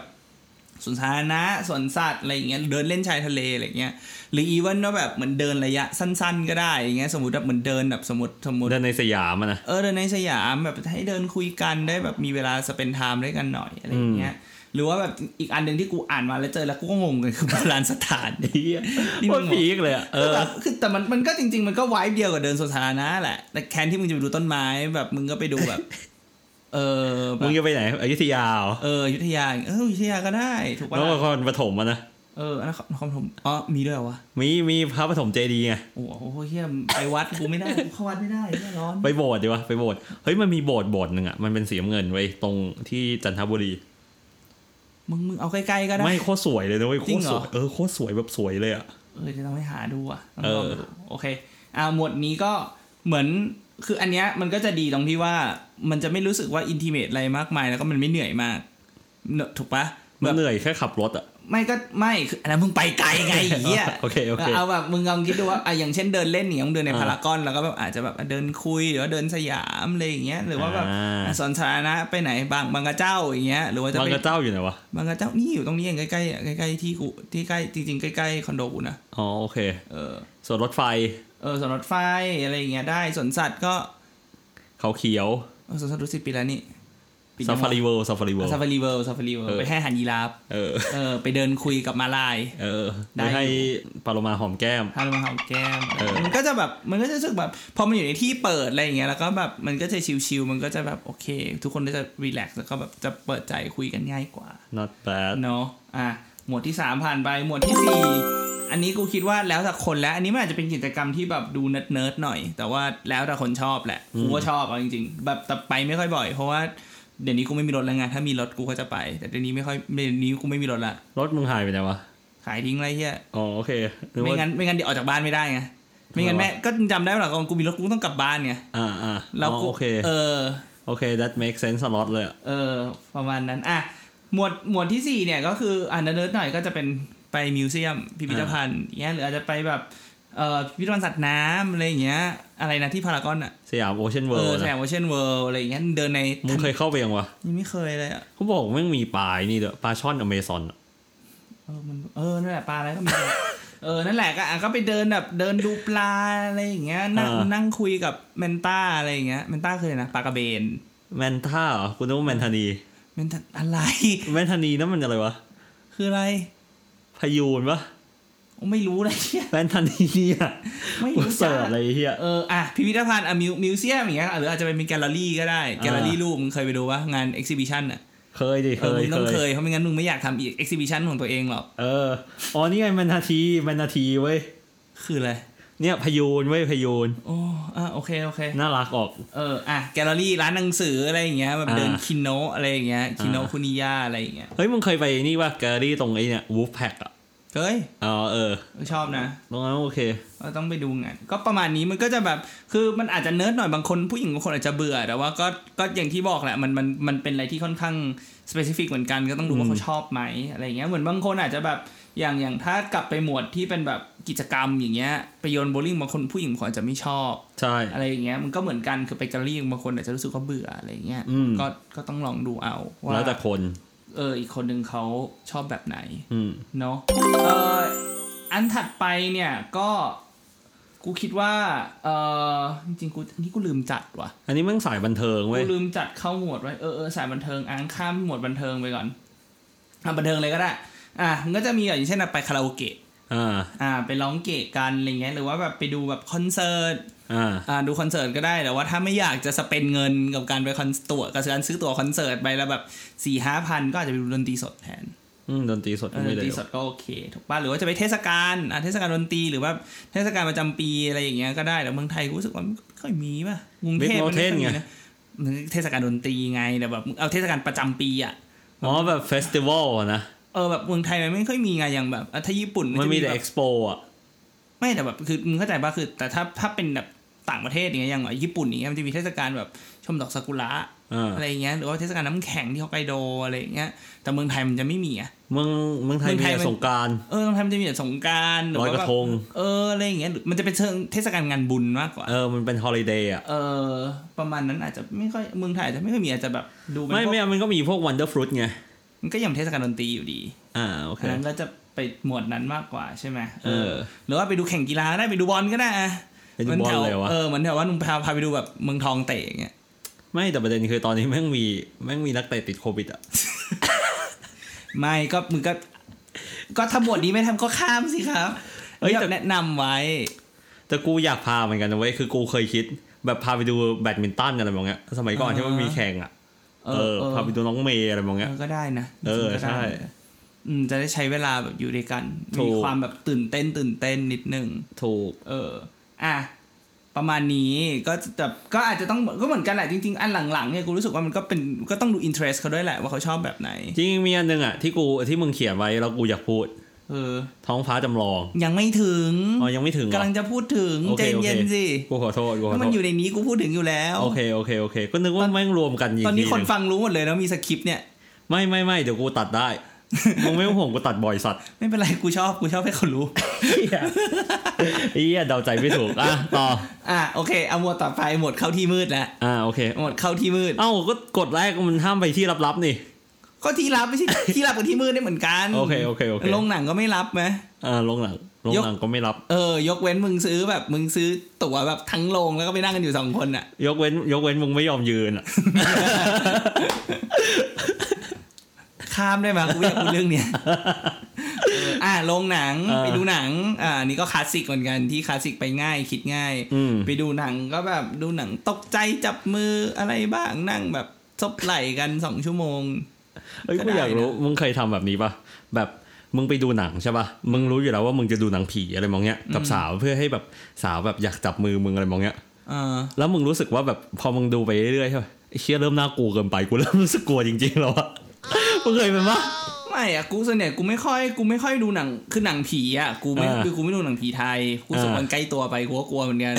S1: สวนสาธารณะสวนสัตว์อะไรอย่างเงี้ยเดินเล่นชายทะเลอะไรอย่างเงี้ยหรืออีเวนว่าแบบเหมือนเดินระยะสั้น ๆ ก็ได้อย่างเงี้ยสมมติแบบเหมือนเดินแบบสมมติสมมติ
S2: เดินในสยามอะนะ
S1: เออเดินในสยามแบบให้เดินคุยกันได้แบบมีเวลาสเปนไทม์ด้วยกันหน่อยอะไรอย่างเงี้ย หรือว่าแบบอีกอันหนึ่งที่กูอ่านมาแล้วเจอแล้วกูก็งงกันคือ (laughs) โบราณสถาน
S2: เฮีย
S1: นี่
S2: โค
S1: มึ
S2: ต
S1: ง
S2: รผีอีกเลยอะเอ
S1: (laughs)
S2: อ
S1: แต่คือแต่มันมันก็จริง ๆ มันก็ไวบ์เดียวกับเดินสวนสาธารณะแหละแต่แคนที่มึงจะไปดูต้นไม้แบบมึงก็ไปดูแบบ (laughs) เออแบบ
S2: มึงจะไปไหนอยุธยาเหรอ
S1: เอออยุธยาอย่างเงี้ยเอออยุธยาก็ได้ถูกปะ
S2: น
S1: ล่ะ
S2: ครปฐมอะนะ
S1: เอออันนนครนครปฐมอ๋อมีด้วยเหรอวะ
S2: มีมีพระปฐมเจดีย์ไง
S1: โอ้โหเฮียไปวัดกูไม่ได้กูเข้าวัดไม่ได้เฮียร้อน
S2: ไปโบสถ์ดีวะไปโบสถ์เฮ้ยมันมีโบสถ์โบสถ์หนึ่งอ่ะ มันเป็นสีน้ำเงินไว้ยตรงที่จันทบุรี
S1: มึงมึงเอาใกล้ๆก็ได้
S2: ไม่โคตรสวยเลยนะเว้ยโค
S1: จริ
S2: ต
S1: ง
S2: ร
S1: เหรอ
S2: สวยเออโคตรสวยแบบสวยเลยอ่ะ
S1: เออจะต้องไปหาดูอ่ะต้อง
S2: เออ
S1: ลองดูโอเคอ่าหมวดนี้ก็เหมือนคืออันเนี้ยมันก็จะดีตรงที่ว่ามันจะไม่รู้สึกว่าอินทิเมตอะไรมากมาย แล้วก็มันไม่เหนื่อยมากเนอะถูกปะแบ
S2: มัน
S1: บ
S2: เหนื่อยแค่ขับรถอ่ะ
S1: ไม่ก็ไม่คืออันนั้นมึงไปไกล
S2: (laughs)
S1: ไงไอ้เหี้ย
S2: โอเคโอเค
S1: เอาแบบมึงลองคิดดูว่าอ่ะอย่างเช่นเดินเล่นอย่างเงยมึงเดินใน
S2: อ่า
S1: พารากอนแล้วก็แบบอาจจะแบบเดินคุยหรือว่าเดินสยามอะไรอย่างเงี้ยหรือว่าแบบ
S2: อ่า
S1: อ่ะสวนสาธารณะไปไหนบางบางกระเจ้าอย่างเงี้ยหรือว่าจะ
S2: บาง
S1: ไป
S2: กระเจ้าอยู่ไหนวะ
S1: บางกระเจ้านี่อยู่ตรงนี้เองใกล้ๆอ่ะใกล้ๆที่กูที่ใกล้จริงๆใกล้ๆคอนโดกูนะ
S2: อ๋อโอเค
S1: เออ
S2: ส่วนรถไฟ
S1: เออสวนรถไฟอะไรอย่างเงี้ยได้สวนสัตว์ก็
S2: เขาเขียว
S1: เออสวนสัตว์รู้สิบปีแล้วนี่
S2: ซาฟารีเวิลด์ซาฟารีเวิลด์
S1: ซาฟารีเวิลด์ซาฟารีเวิล
S2: เอ
S1: ด์
S2: อ
S1: ไปให้อาหันยีราฟ
S2: เออ
S1: เออไปเดินคุยกับมาลาย
S2: เออ
S1: ได้อ
S2: ได้
S1: ยู่
S2: ให้ปาโลมาหอมแก้ม
S1: ทานมาหอมแก้ม
S2: เออ
S1: มันก็จะแบบมันก็จะรู้สึกแบบพอมันอยู่ในที่เปิดอะไรอย่างเงี้ยแล้วก็แบบมันก็จะชิลๆมันก็จะแบบโอเค ทุกคนก็จะรีแลกซ์แล้วก็แบบจะเปิดใจคุยกันง่ายกว่า
S2: not bad
S1: เนาะอ่ะหมวดที่ 3 ผ่านไปหมวดที่ 4 อันนี้กูคิดว่าแล้วแต่คนแล้วอันนี้มันอาจจะเป็นกิจกรรมที่แบบดูเนิร์ดๆหน่อย แต่ว่าแล้วแต่คนชอบแหละกูก็ชอบเอาจริงๆ แบบแต่ไปไม่ค่อยบ่อย เพราะว่าเดี๋ยวนี้กูไม่มีรถแล้วไงถ้ามีรถกูก็จะไป แต่เดี๋ยวนี้ไม่ค่อยเดี๋ยวนี้กูไม่มีรถละ
S2: รถมึงหายไปไหนวะ
S1: ขายทิ้งไรเฮีย
S2: อ๋อโอเคนึก
S1: ไม่
S2: ว่า
S1: งั้นไม่งั้นเดี๋ยวออกจากบ้านไม่ได้ไง ไม่งั้น
S2: ทำไมวะ
S1: แม่ก็จำได้ว่าก่อนกูมีรถกูต้องกลับบ้านไง
S2: อ่าอ่า
S1: แล้ว
S2: อ๋อ
S1: กู
S2: โอเค
S1: เออ
S2: โอเค that makes sense รถเลยอะ
S1: เออ ประมาณนั้น อ่ะ หมวดหมวดที่สี่เนี่ยก็คืออ่านเนิร์ดๆหน่อยก็จะเป็นไปมิวเซียมพิพิธภัณฑ์อย่างเงี้ยหรืออาจจะไปแบบเอ่อพิพิธภัณฑ์สัตว์น้ำอะไรอย่างเงี้ย อะไรนะที่พารากอนอ่ะ
S2: สยามโอเชียนเวิ
S1: เอ
S2: ล
S1: อ
S2: ด์
S1: แถ
S2: นะ
S1: วโอเชียนเวิลด์อะไรอย่างเงี้ยเดินใน
S2: มึงเคยเข้าไปยังวะ
S1: ยังไม่เคยเลยอ่ะ
S2: เขาบอกไม่งมีปลายนี่เด้อปลาช่อนอเมซอนอะ
S1: เออมันเออนั่นแหละปลาอะไรก็มี (laughs) เออนั่นแหละก็อ่ะก็ไปเดินแบบเดินดูปลาอะไรอย่างเงี้ยนั่ง
S2: อ่า
S1: นั่งคุยกับเมนต้าอะไรอย่างเงี้ยเมนต้าเคยนะปลากระเบน
S2: แมนท่าเหรอคุณนึกว่าแมนทานี
S1: มันทันอะไร
S2: แมนทานีนั่นมันอะไรวะ
S1: คืออะไร
S2: พายูนปะ
S1: ไม่รู้เลยเนี่ย (laughs)
S2: แมนทานีเนี่ย
S1: ไม่
S2: กู
S1: รู้
S2: เสิร์ชอะไรเฮีย
S1: เอออ่ะพิพิธภัณฑ์อ่ะมิวมิวเซียมอย่างเงี้ยหรืออาจจะเป็นแกลเลอรี่ก็ได้ แกลเลอรี่
S2: อ่า
S1: รูปมึงเคยไปดูว่างานเอ็กซิบิชันอ่ะ
S2: เคยดิ
S1: เอ
S2: เค
S1: อย มึงต้อง
S2: เค
S1: เค
S2: ย
S1: ยเพราะไม่งั้นมึงไม่อยากทำอีกเอ็กซิบิชันของตัวเองหรอก
S2: เอออ๋อนี่ไงแมนนาทีแมนนาทีเว้ย
S1: คืออะไร
S2: เนี่ยพายูนเว้ยพายูน
S1: โอ้อ่ะโอเคโอเค
S2: น่ารักออก
S1: เอออ่ะแกลเลอรี่ร้านหนังสืออะไรอย่างเงี้ยแบบเดิน
S2: อ่า
S1: คินโนะอะไรอย่างเงี้ยคินโนะ
S2: อ่า
S1: คุนิยาอะไรอย่างเงี้ย
S2: เฮ้ยมึงเคยไปนี่ว่าแกลเลอรี่ตรงไอ้เนี่ยวูฟแพ็กอ่ะ
S1: เฮ้ย
S2: อ๋อเออ
S1: ชอบนะ
S2: ตรงนั้นโอเค
S1: เราต้องไปดูงานก็ประมาณนี้มันก็จะแบบคือมันอาจจะเนิร์ดหน่อยบางคนผู้หญิงบางคนอาจจะเบื่อแต่ว่าก็ก็อย่างที่บอกแหละมันมันมันเป็นอะไรที่ค่อนข้างสเปซิฟิกเหมือนกันก็ต้องดูว่า
S2: อืม
S1: เขาชอบไหมอะไรอย่างเงี้ยเหมือนบางคนอาจจะแบบอย่างอย่างถ้ากลับไปหมวดที่เป็นแบบกิจกรรมอย่างเงี้ยไปโยนโบว์ลิ่งบางคนผู้หญิงบางคนอาจจะไม่ชอบ
S2: ใช่
S1: อะไรอย่างเงี้ยมันก็เหมือนกันคือไปแกลเลอรี่บางคนอาจจะรู้สึกว่าเบื่ออะไรอย่างเงี้ย
S2: อืม
S1: ก็ก็ต้องลองดูเอาว่า
S2: แล้วแต่คน
S1: เอออีกคนนึงเขาชอบแบบไหน
S2: อืม
S1: เนาะเอ่ออันถัดไปเนี่ยก็กูคิดว่าเออจริงๆกูอันนี้กูลืมจัดว่ะ
S2: อันนี้มันสายบันเทิงเว้
S1: กู
S2: ย
S1: ลืมจัดเข้าหมวดไว้เออเออสายบันเทิงอ่านข้ามหมวดบันเทิงไปก่อนอ่ะบันเทิงเลยก็ได้ อ่ะมันก็จะมีอย่างเช่นอ่ะไปคาราโอเกะ
S2: อ่า
S1: อ่าไปร้องเกะกันอะไรเงี้ยหรือว่าแบบไปดูแบบคอนเสิร์ต
S2: อ่า
S1: อ่าดูคอนเสิร์ตก็ได้แต่ว่าถ้าไม่อยากจะสเปนเงินกับการไปคอนตั๋วกับการซื้อตั๋วคอนเสิร์ตไปละแบบสี่ห้าพันก็อาจจะไปดูดนตรีสดแทน
S2: อืมดนตรีสด
S1: เอ
S2: ก็
S1: อด
S2: ไม่
S1: น
S2: เล
S1: ต
S2: ย
S1: รีสดก็โอเคถูกป่ะหรือว่าจะไปเทศกาลอ่ะเทศกาลดนตรีหรือว่าเทศกาลประจำปีอะไรอย่างเงี้ยก็ได้แต่เมืองไทยกูรู้สึกว่ามันไม่ค่อยมีป่ะกรุง
S2: บิ๊
S1: เทพ
S2: กโม
S1: มัน
S2: เท
S1: ไม่ค่อยมี
S2: นไง
S1: นะมันเทศกาลดนตรีไงแต่แบบเอาเทศกาลประจำปีอ่ะ
S2: อ๋อแบบเฟสติวัลอะนะ
S1: เออแบบเมืองไทยมันไม่ค่อยมีไงอย่างแบบอ่ะถ้าญี่ปุ่น
S2: มันมี
S1: จะ
S2: แต่
S1: แบ
S2: เอ็
S1: บ
S2: กซ์โปอ่ะ
S1: ไม่แต่แบบคือมึงเข้าใจป่ะคือ แต่ถ้าถ้าเป็นแบบต่างประเทศอย่างเงี้ยอย่างญี่ปุ่นอย่างเงี้ยมันจะมีเทศกาลแบบชมดอกซากุระ
S2: อ่า
S1: อะไรอย่างเงี้ยหรือว่าเทศกาลน้ำแข็งที่ฮอกไกโดอะไรอย่างเงี้ยแต่เมืองไทยมันจะไม่มีอ่ะ
S2: เมืองเมืองไทย
S1: เมือง
S2: มี
S1: ไทย
S2: แต่
S1: มัน
S2: สงกราร
S1: เออต้องทำจะมีแบบสงกรารหรือ
S2: ลอย
S1: ว่าก แบ
S2: ระ
S1: บ
S2: ทง
S1: เอออะไรอย่างเงี้ยหรือมันจะเป็นเชิงเทศกาลงานบุญมากกว่า
S2: เออ มันเป็นฮอลิเดย์อ่ะ
S1: เออประมาณนั้นอาจจะไม่ค่อยเมืองไทยอาจจะไม่ค่อยมีอาจจะแบบดูเป็น
S2: ไม่
S1: พวก
S2: ไม่มันก็มีพวกวันเดอร์ฟรุตไง
S1: มันก็ยังเทศกาลดนตรีอยู่ดี
S2: อ่า โอเค
S1: อันนั้นก็จะไปหมวดนั้นมากกว่าใช่ไหม
S2: เออ
S1: หรือว่าไปดูแข่งกีฬาก็ได้ไปดูบอลก็ได้อะ
S2: ไปดูบอลเลยวะ
S1: เออเหมือนแถวว่านุ่มพาพาไปดูแบบเมืองทองเตะอย่างเงี้ย
S2: ไม่แต่ประเด็นคือตอนนี้แม่งมีแม่งมีนักเตะติดโควิดอ่ะ
S1: ไม่ก็มึงก็ ก็ถ้าหมวดนี้ไม่ทำก็ข้ามสิครับ
S2: เอ้ย
S1: เรีย
S2: แต่
S1: กแนะนำไว้
S2: แต่กูอยากพาเหมือนกันนะเว้ยคือกูเคยคิด แบบพาไปดูแบดมินตันอะไรแบบเนี้ยสมัยก่อน
S1: อ่า
S2: ที่มันมีแข่งอ่ะ
S1: เอ
S2: เออ
S1: เออ
S2: พาไปดูน้องเมย์อะไรแบบ
S1: เอ
S2: เนี้ย
S1: อก็ได้นะ
S2: เออ
S1: จริงๆก็ได้
S2: ใช่
S1: อืมจะได้ใช้เวลาแบบอยู่ด้วยกัน
S2: ถูก
S1: มีความแบบตื่นเต้นตื่นเต้นนิดนึง
S2: ถูก
S1: เออ อ่ะ ประมาณนี้ก็จะแบบก็อาจจะต้องก็เหมือนกันแหละจริง ๆ อันหลังๆเนี่ยกูรู้สึกว่ามันก็เป็นก็ต้องดูอินเทรสเขาด้วยแหละว่าเขาชอบแบบไหน
S2: จริงๆมีอันหนึงอ่ะที่กูที่มึงเขียนไว้แล้วกูอยากพูด
S1: เออ
S2: ท้องฟ้าจำลอง
S1: ยังไม่ถึง
S2: อ๋อยังไม่ถึงเหร
S1: กำ
S2: อ
S1: ลังจะพูดถึง
S2: โอ
S1: ใจ
S2: เคโอเค
S1: เย็นๆสิ
S2: กูขอโทษกูขอ
S1: ถ้า
S2: โท
S1: มัน
S2: ษ
S1: อยู่ในนี้กูพูดถึงอยู่แล้ว
S2: โอเคโอเคโอเค ก็นึกว่าแม่งรวมกันยิง
S1: ตอนนี้
S2: ที
S1: คน
S2: หง
S1: ฟังรู้หมดเลยแล้วมีสคริปต์เนี่ย
S2: ไม่ไม่ไม่เดี๋ยวกูตัดได้ มึงไม่ต้องห่วงกูตัดบ่อยสัตว์ (laughs)
S1: ไม่เป็นไรกูชอบกูชอบให้เขารู้ (laughs)
S2: เอี้ยเดาใจไม่ถูกอ่ะต่อ
S1: อ่ะโอเคเอาหมวดต่อไปหมวดเข้าที่มืดแล้ว
S2: อ่ะโอเค
S1: หมวดเข้าที่มืด
S2: เอ้าก็กดแรกมันห้ามไปที่ลับๆนี่
S1: ก็ที่รับไม่ใช่ (laughs) ที่รับกับที่มืดได้เหมือนกัน
S2: โอเคโอเคโอเค
S1: ลงหนังก็ไม่รับไหม
S2: อ่าลงหนังลง
S1: ยก
S2: หนังก็ไม่รับ
S1: เออยกเว้นมึงซื้อแบบมึงซื้อตั๋วแบบทั้งโรงแล้วก็ไปนั่งกันอยู่สองคน
S2: (laughs)
S1: อ่ะ
S2: ยกเว้น ยกเว้นมึงไม่ยอมยืนอ่ะ
S1: ข้ามได้ไหมกูไม่อยากพูดเรื่อง
S2: (laughs)
S1: เนี้ยเอออ่ะโรงหนัง
S2: อ่า
S1: ไปดูหนัง อ่าอันนี่ก็คลาสสิกเหมือนกันที่คลาสสิกไปง่ายคิดง่าย
S2: อืม
S1: ไปดูหนังก็แบบดูหนังตกใจจับมืออะไรบ้างนั่งแบบซบไหล่กันสองชั่วโมง
S2: เอ้ย
S1: ก็
S2: กู
S1: ได้
S2: อยากรู้
S1: นะ
S2: มึงเคยทำแบบนี้ปะแบบมึงไปดูหนังใช่ปะมึงรู้อยู่แล้วว่ามึงจะดูหนังผีอะไรมองเงี้ยกับสาวเพื่อให้แบบสาวแบบอยากจับมือมึงอะไรมองเงี้ย
S1: เออ
S2: แล้วมึงรู้สึกว่าแบบพอมึงดูไปเรื่อยๆใช่ปะไอ้เชี่ยเริ่มน่ากลัวเกินไปกูเริ่มรู้สึกกลัวจริงๆแล้วอะมึงเคยเป็นปะ
S1: ไม่อะกูส่วนใหญ่กูไม่ค่อยกูไม่ค่อยดูหนังคือหนังผีอะกูไม่
S2: อ่า
S1: คือกูไม่ดูหนังผีไทยกูรู้สึก
S2: อ่ามั
S1: มันใกล้ตัวไปกูก็กลัวเหมื
S2: (laughs)
S1: อนกัน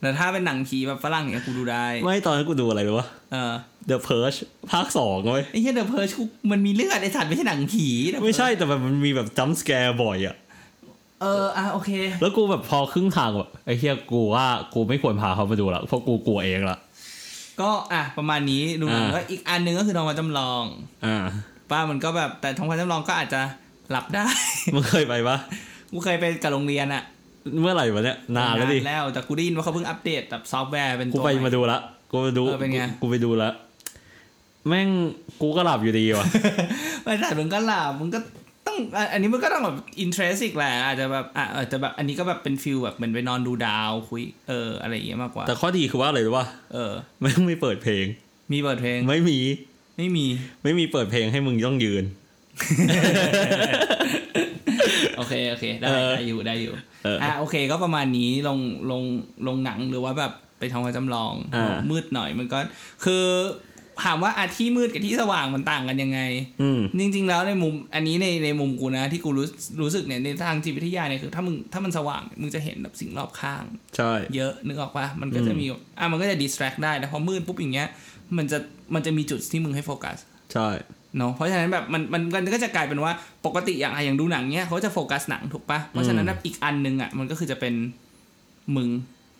S1: แต่ถ้าเป็นหนังผีแบบฝรั่งเนี่ยกูดูได้
S2: ไม่ตอนนั้นกูดูอะไรรู้ปะ
S1: เออ
S2: The Purge ภาคสองเว้ย
S1: ไอ้เหี้ยเดอะเพิร์ชมันมีเลือดไอ้สัตว์ไม่ใช่หนังผี The
S2: ไม่ใช่
S1: Purge
S2: แต่แบบมันมีแบบจัมสแกร์บ่อยอะ
S1: เอออ่ะโอเค
S2: แล้วกูแบบพอครึ่งทางแบบไอ้เชี่ยกูว่ากูไม่ควรพาเขามาดูละเพราะกูกลัวเองละ
S1: ก็อ่ะประมาณนี้ดูหนัง
S2: อ่า
S1: แล้วอีกอันหนึงก็คือทองฟ้าจำลอง
S2: อ่า
S1: ป้ามันก็แบบแต่ทองฟ้าจำลองก็อาจจะหลับได้ (laughs)
S2: มึงเคยไปปะ
S1: กูเคยไปกับโรงเรียนอะ
S2: เมื่อไหร่วะเนี่ยนานแล้วดิ
S1: แล้วแต่กูได้ยินว่าเขาเพิ่งอัปเดตแบบซอฟต์แวร์เป็น
S2: กู
S1: ตัว
S2: ไป
S1: ใหม่
S2: มาดูละกูไปดู
S1: เออเป็นไง
S2: กูไปดูละแม่งกูก็หลับอยู่ดีว่ะ
S1: ไอ้สัตว์มึงก็หลับมึงก็ต้องอ่ะอันนี้มันก็ต้องแบบอินเทรสอีกแหละอาจจะแบบอ่ะอาจจะแบบอันนี้ก็แบบเป็นฟิลแบบเหมือนไปนอนดูดาวคุยเอออะไรอย่างเงี้ยมากกว่า
S2: แต่ข้อดีคือว่าอะไรรู้ปะ
S1: เออ
S2: แม่งไม่เปิดเพลง
S1: มีเปิดเพลง
S2: ไม่มี
S1: ไม่มี
S2: ไม่มีเปิดเพลงให้มึงต้องยืน
S1: (laughs) โอเคโอเคได้
S2: เออ
S1: ได้อยู่ได้อยู่
S2: เอออ่
S1: อ่ะโอเคก็ประมาณนี้ลงลงลงหนังหรือว่าแบบไปทำการจำลอง
S2: อ่า
S1: มืดหน่อยมันก็ คือถามว่าอาที่มืดกับที่สว่างมันต่างกันยังไง
S2: อืม
S1: จริง ๆ แล้วในมุมอันนี้ในในมุมกูนะที่กูรู้รู้สึกเนี่ยในทางจิตวิทยาเนี่ยคือถ้ามึงถ้ามันสว่างมึงจะเห็นแบบสิ่งรอบข้าง
S2: ใช่
S1: เยอะนึกออกปะมันก็จะ
S2: อืม
S1: มีแบบอ่ะมันก็จะดิสแทรกได้แต่พอมืดปุ๊บอย่างเงี้ยมันจะมันจะมีจุดที่มึงให้โฟกัส
S2: ใช่
S1: เนาะเพราะฉะนั้นแบบมันมันมันก็จะกลายเป็นว่าปกติอย่างอะอย่างดูหนังเนี้ยเขาจะโฟกัสหนังถูกปะเพราะฉะนั้นแบบอีกอันนึงอ่ะมันก็คือจะเป็นมึง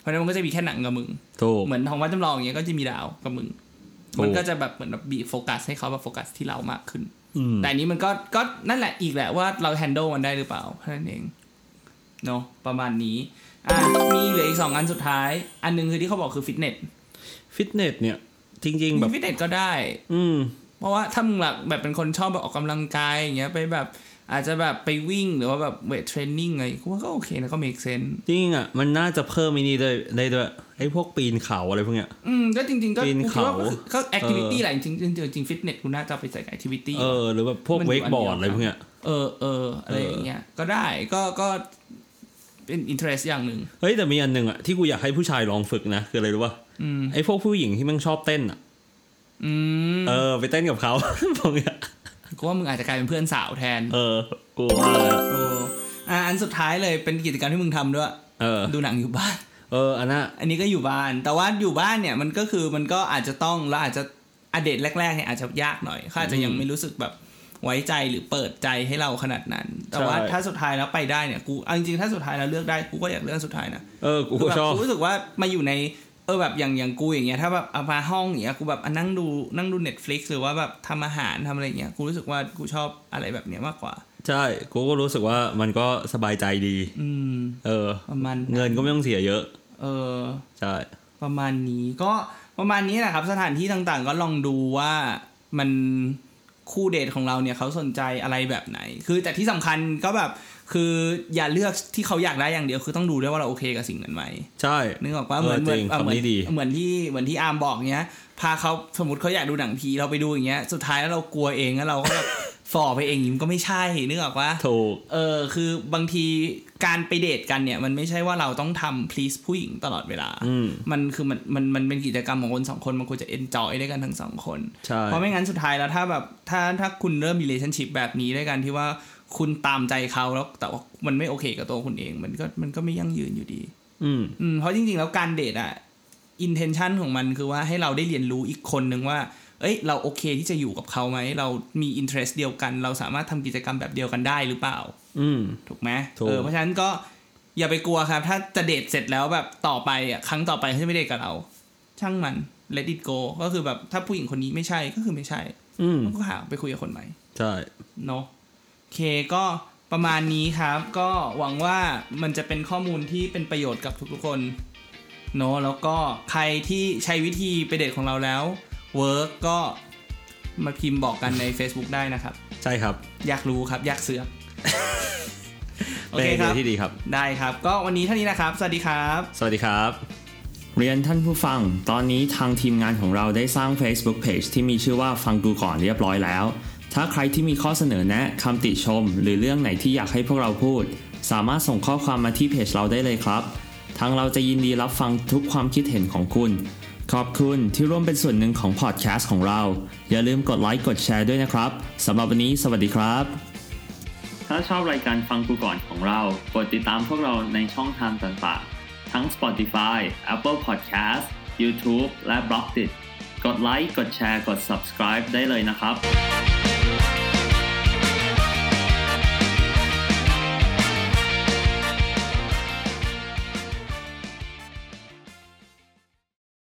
S1: เพราะฉะนั้นมันก็จะมีแค่หนังกับมึง
S2: ถูก
S1: เหมือนทองวัดจำลองอย่างเงี้ยก็จะมีดาวกับมึง
S2: ถูก
S1: มันก็จะแบบเหมือนแบบบีบโฟกัสให้เขาแบบโฟกัสที่เรามากขึ้น
S2: อืม
S1: แต่อันนี้มันก็ก็นั่นแหละอีกแหละว่าเราแฮนด์ลมันได้หรือเปล่าแค่นั้นเองเนาะประมาณนี้อ่ะมีเหลืออีกสองอันสุดท้าย อันหนึงคือที่เขาบอกคือฟิตเนส
S2: ฟิตเนสเนี่ย จริง ๆ แบบ
S1: ฟิตเนสก็ได้
S2: อืม
S1: เพราะว่าถ้ามึงแบบแบบเป็นคนชอบแบบออกกำลังกายอย่างเงี้ยไปแบบอาจจะแบบไปวิ่งหรือว่าแบบเวทเทรนนิ่งอะไรกูว่าก็โอเคนะก็ make sense
S2: จริงๆอ่ะ มันน่าจะเพิ่มมินี่ด้วยได้ด้วยไอ้พวกปีนเขาอะไรพวกเนี้ย
S1: อืมก็จริง ๆ ก็
S2: ปีน
S1: กูคิดว่า
S2: เขา
S1: ก็แอคทิวิตี้
S2: เออ
S1: แหละจริงๆจริงๆจริงฟิตเนสกูน่าจะเอาไปใส่แอคทิวิตี้
S2: เออหรือแบบพวก
S1: มันอยู่
S2: เวกบอร์
S1: อั
S2: ด
S1: น
S2: อะ
S1: เดี
S2: ไร
S1: ยว
S2: พวกเนี้ย
S1: เออเอออะไรอย่างเงี้ยก็ได้ก็ก็เป็นอินเทรสอย่างหนึ่ง
S2: เฮ้ยแต่มีอันหนึ่งอ่ะที่กูอยากให้ผู้ชายลองฝึกนะคืออะไรรู้ป่ะ
S1: อืม
S2: ไอ้พวกผู้หญิงที่แมันชอบเต้นอ่ะ
S1: อืม
S2: เออไปเต้นกับเขา (laughs) พวกเนี้ย
S1: กูว่ามึงอาจจะกลายเป็นเพื่อนสาวแทน
S2: เออกูว่าแล้ว
S1: โอ้อ่ะอันสุดท้ายเลยเป็นกิจกรรมที่มึงทำด้วย
S2: เออ
S1: ดูหนังอยู่บ้าน
S2: เอออันน่ะ
S1: อันนี้ก็อยู่บ้าน แต่ว่าอยู่บ้านเนี่ยมันก็คือมันก็อาจจะต้องเราอาจจะอะเดตแรกๆเนี่ยอาจจะยากหน่อยเขาอาจจะยังไม่รู้สึกแบบไว้ใจหรือเปิดใจให้เราขนาดนั้น แต่ว่าถ้าสุดท้ายแล้วไปได้เนี่ยกูเอาจริงๆถ้าสุดท้ายแล้วเลือกได้กูก็อยากเลือกสุดท้ายนะ
S2: เออกู
S1: คื
S2: ก็
S1: แบบ
S2: ชอบ
S1: กูรู้สึกว่ามาอยู่ในเออแบบอย่างอย่างกูอย่างเงี้ยถ้าแบบเอามาห้องอย่างเงี้ยกูแบบอ่ะนั่งดูนั่งดู Netflix หรือว่าแบบทำอาหารทำอะไรอย่างเงี้ยกูรู้สึกว่ากูชอบอะไรแบบเนี้ยมากกว่า
S2: ใช่กูก็รู้สึกว่ามันก็สบายใจดี
S1: อืม
S2: เออ
S1: ประมาณ
S2: เงินก็ไม่ต้องเสียเยอะ
S1: เออ
S2: ใช่
S1: ประมาณนี้ก็ประมาณนี้แหละครับ สถานที่ต่างๆ ก็ลองดูว่ามัน คู่เดทของเราเนี่ยเขาสนใจอะไรแบบไหน คือแต่ที่สำคัญก็แบบคืออย่าเลือกที่เขาอยากได้อย่างเดียวคือต้องดูด้วยว่าเราโอเคกับสิ่งนั้นไหม
S2: ใช่
S1: นึกออกว่า
S2: เออ
S1: เหมือนเหมือน
S2: จริง
S1: เอ่อเหมือ
S2: คำนี้
S1: น
S2: ดี
S1: เหมือนที่เหมือนที่อาร์มบอกเนี้ย พาเขาสมมติเขาอยากดูหนังผีเราไปดูอย่างเงี้ยสุดท้ายแล้วเรากลัวเองแล้วเราก็แบบ ฝ่อไปเองอย่างงี้มันก็ไม่ใช่นึกออกว่า
S2: ถูก
S1: เออคือบางทีการไปเดทกันเนี่ย มันไม่ใช่ว่าเราต้องทำ please ผู้หญิงตลอดเวลา
S2: อืม
S1: มันคือมันมันมันเป็นกิจกรรมของคนสองคนมันควรจะ enjoy ด้วยกันทั้งสองคน
S2: ใช่
S1: เพราะไม่งั้นสุดท้ายแล้วถ้าแบบถ้าถ้าคุณเริ่ม relationship แบบนี้ด้วยกันที่ว่าคุณตามใจเขาแล้วแต่ว่ามันไม่โอเคกับตัวคุณเอง มันก็มันก็ไม่ยั่งยืนอยู่ดี
S2: อืม
S1: อืมเพราะจริงๆ แล้วการเดทอะอินเทนชันของมันคือว่าให้เราได้เรียนรู้อีกคนนึงว่า เอ้ย เราโอเคที่จะอยู่กับเขาไหม เรามีอินเทรสเดียวกัน เราสามารถทำกิจกรรมแบบเดียวกันได้หรือเปล่า
S2: อืม
S1: ถูกไหม
S2: ถูก
S1: เออเพราะฉะนั้นก็อย่าไปกลัวครับ ถ้าจะเดทเสร็จแล้วแบบต่อไปอะครั้งต่อไปเขาจะไม่เดทกับเรา ช่างมัน let it go ก็คือแบบถ้าผู้หญิงคนนี้ไม่ใช่ก็คือไม่ใช่
S2: อืม
S1: ก็หาไปคุยกับคนใหม่
S2: ใช่
S1: เนาะโอเคก็ประมาณนี้ครับ ก็หวังว่ามันจะเป็นข้อมูลที่เป็นประโยชน์กับทุกๆคนเนาะแล้วก็ใครที่ใช้วิธีไปเดทของเราแล้วเวิร์กก็มาพิมพ์บอกกันใน Facebook ได้นะครับ
S2: ใช่ครับ
S1: อยากรู้ครับ อยากเสือกโอ
S2: (laughs) เป็น
S1: เคค
S2: ไอเดี
S1: รั
S2: ย
S1: บ
S2: ที่ดีครับ
S1: ได้ครับ ก็วันนี้เท่านี้นะครับ สวัสดีครับ
S2: สวัสดีครับ
S3: เรียนท่านผู้ฟัง ตอนนี้ทางทีมงานของเราได้สร้าง Facebook Page ที่มีชื่อว่าฟังกูก่อนเรียบร้อยแล้ว ถ้าใครที่มีข้อเสนอแนะคำติชม หรือเรื่องไหนที่อยากให้พวกเราพูด สามารถส่งข้อความมาที่เพจเราได้เลยครับ ทางเราจะยินดีรับฟังทุกความคิดเห็นของคุณ ขอบคุณที่ร่วมเป็นส่วนหนึ่งของพอดแคสต์ของเรา อย่าลืมกดไลค์กดแชร์ด้วยนะครับสำหรับวันนี้สวัสดีครับ ถ้าชอบรายการฟังกูก่อนของเรา กดติดตามพวกเราในช่องทางต่างๆ ทั้ง Spotify, Apple Podcast, YouTube และ b l o g d i t กดไลค์ กดแชร์ กด subscribe ได้เลยนะครับ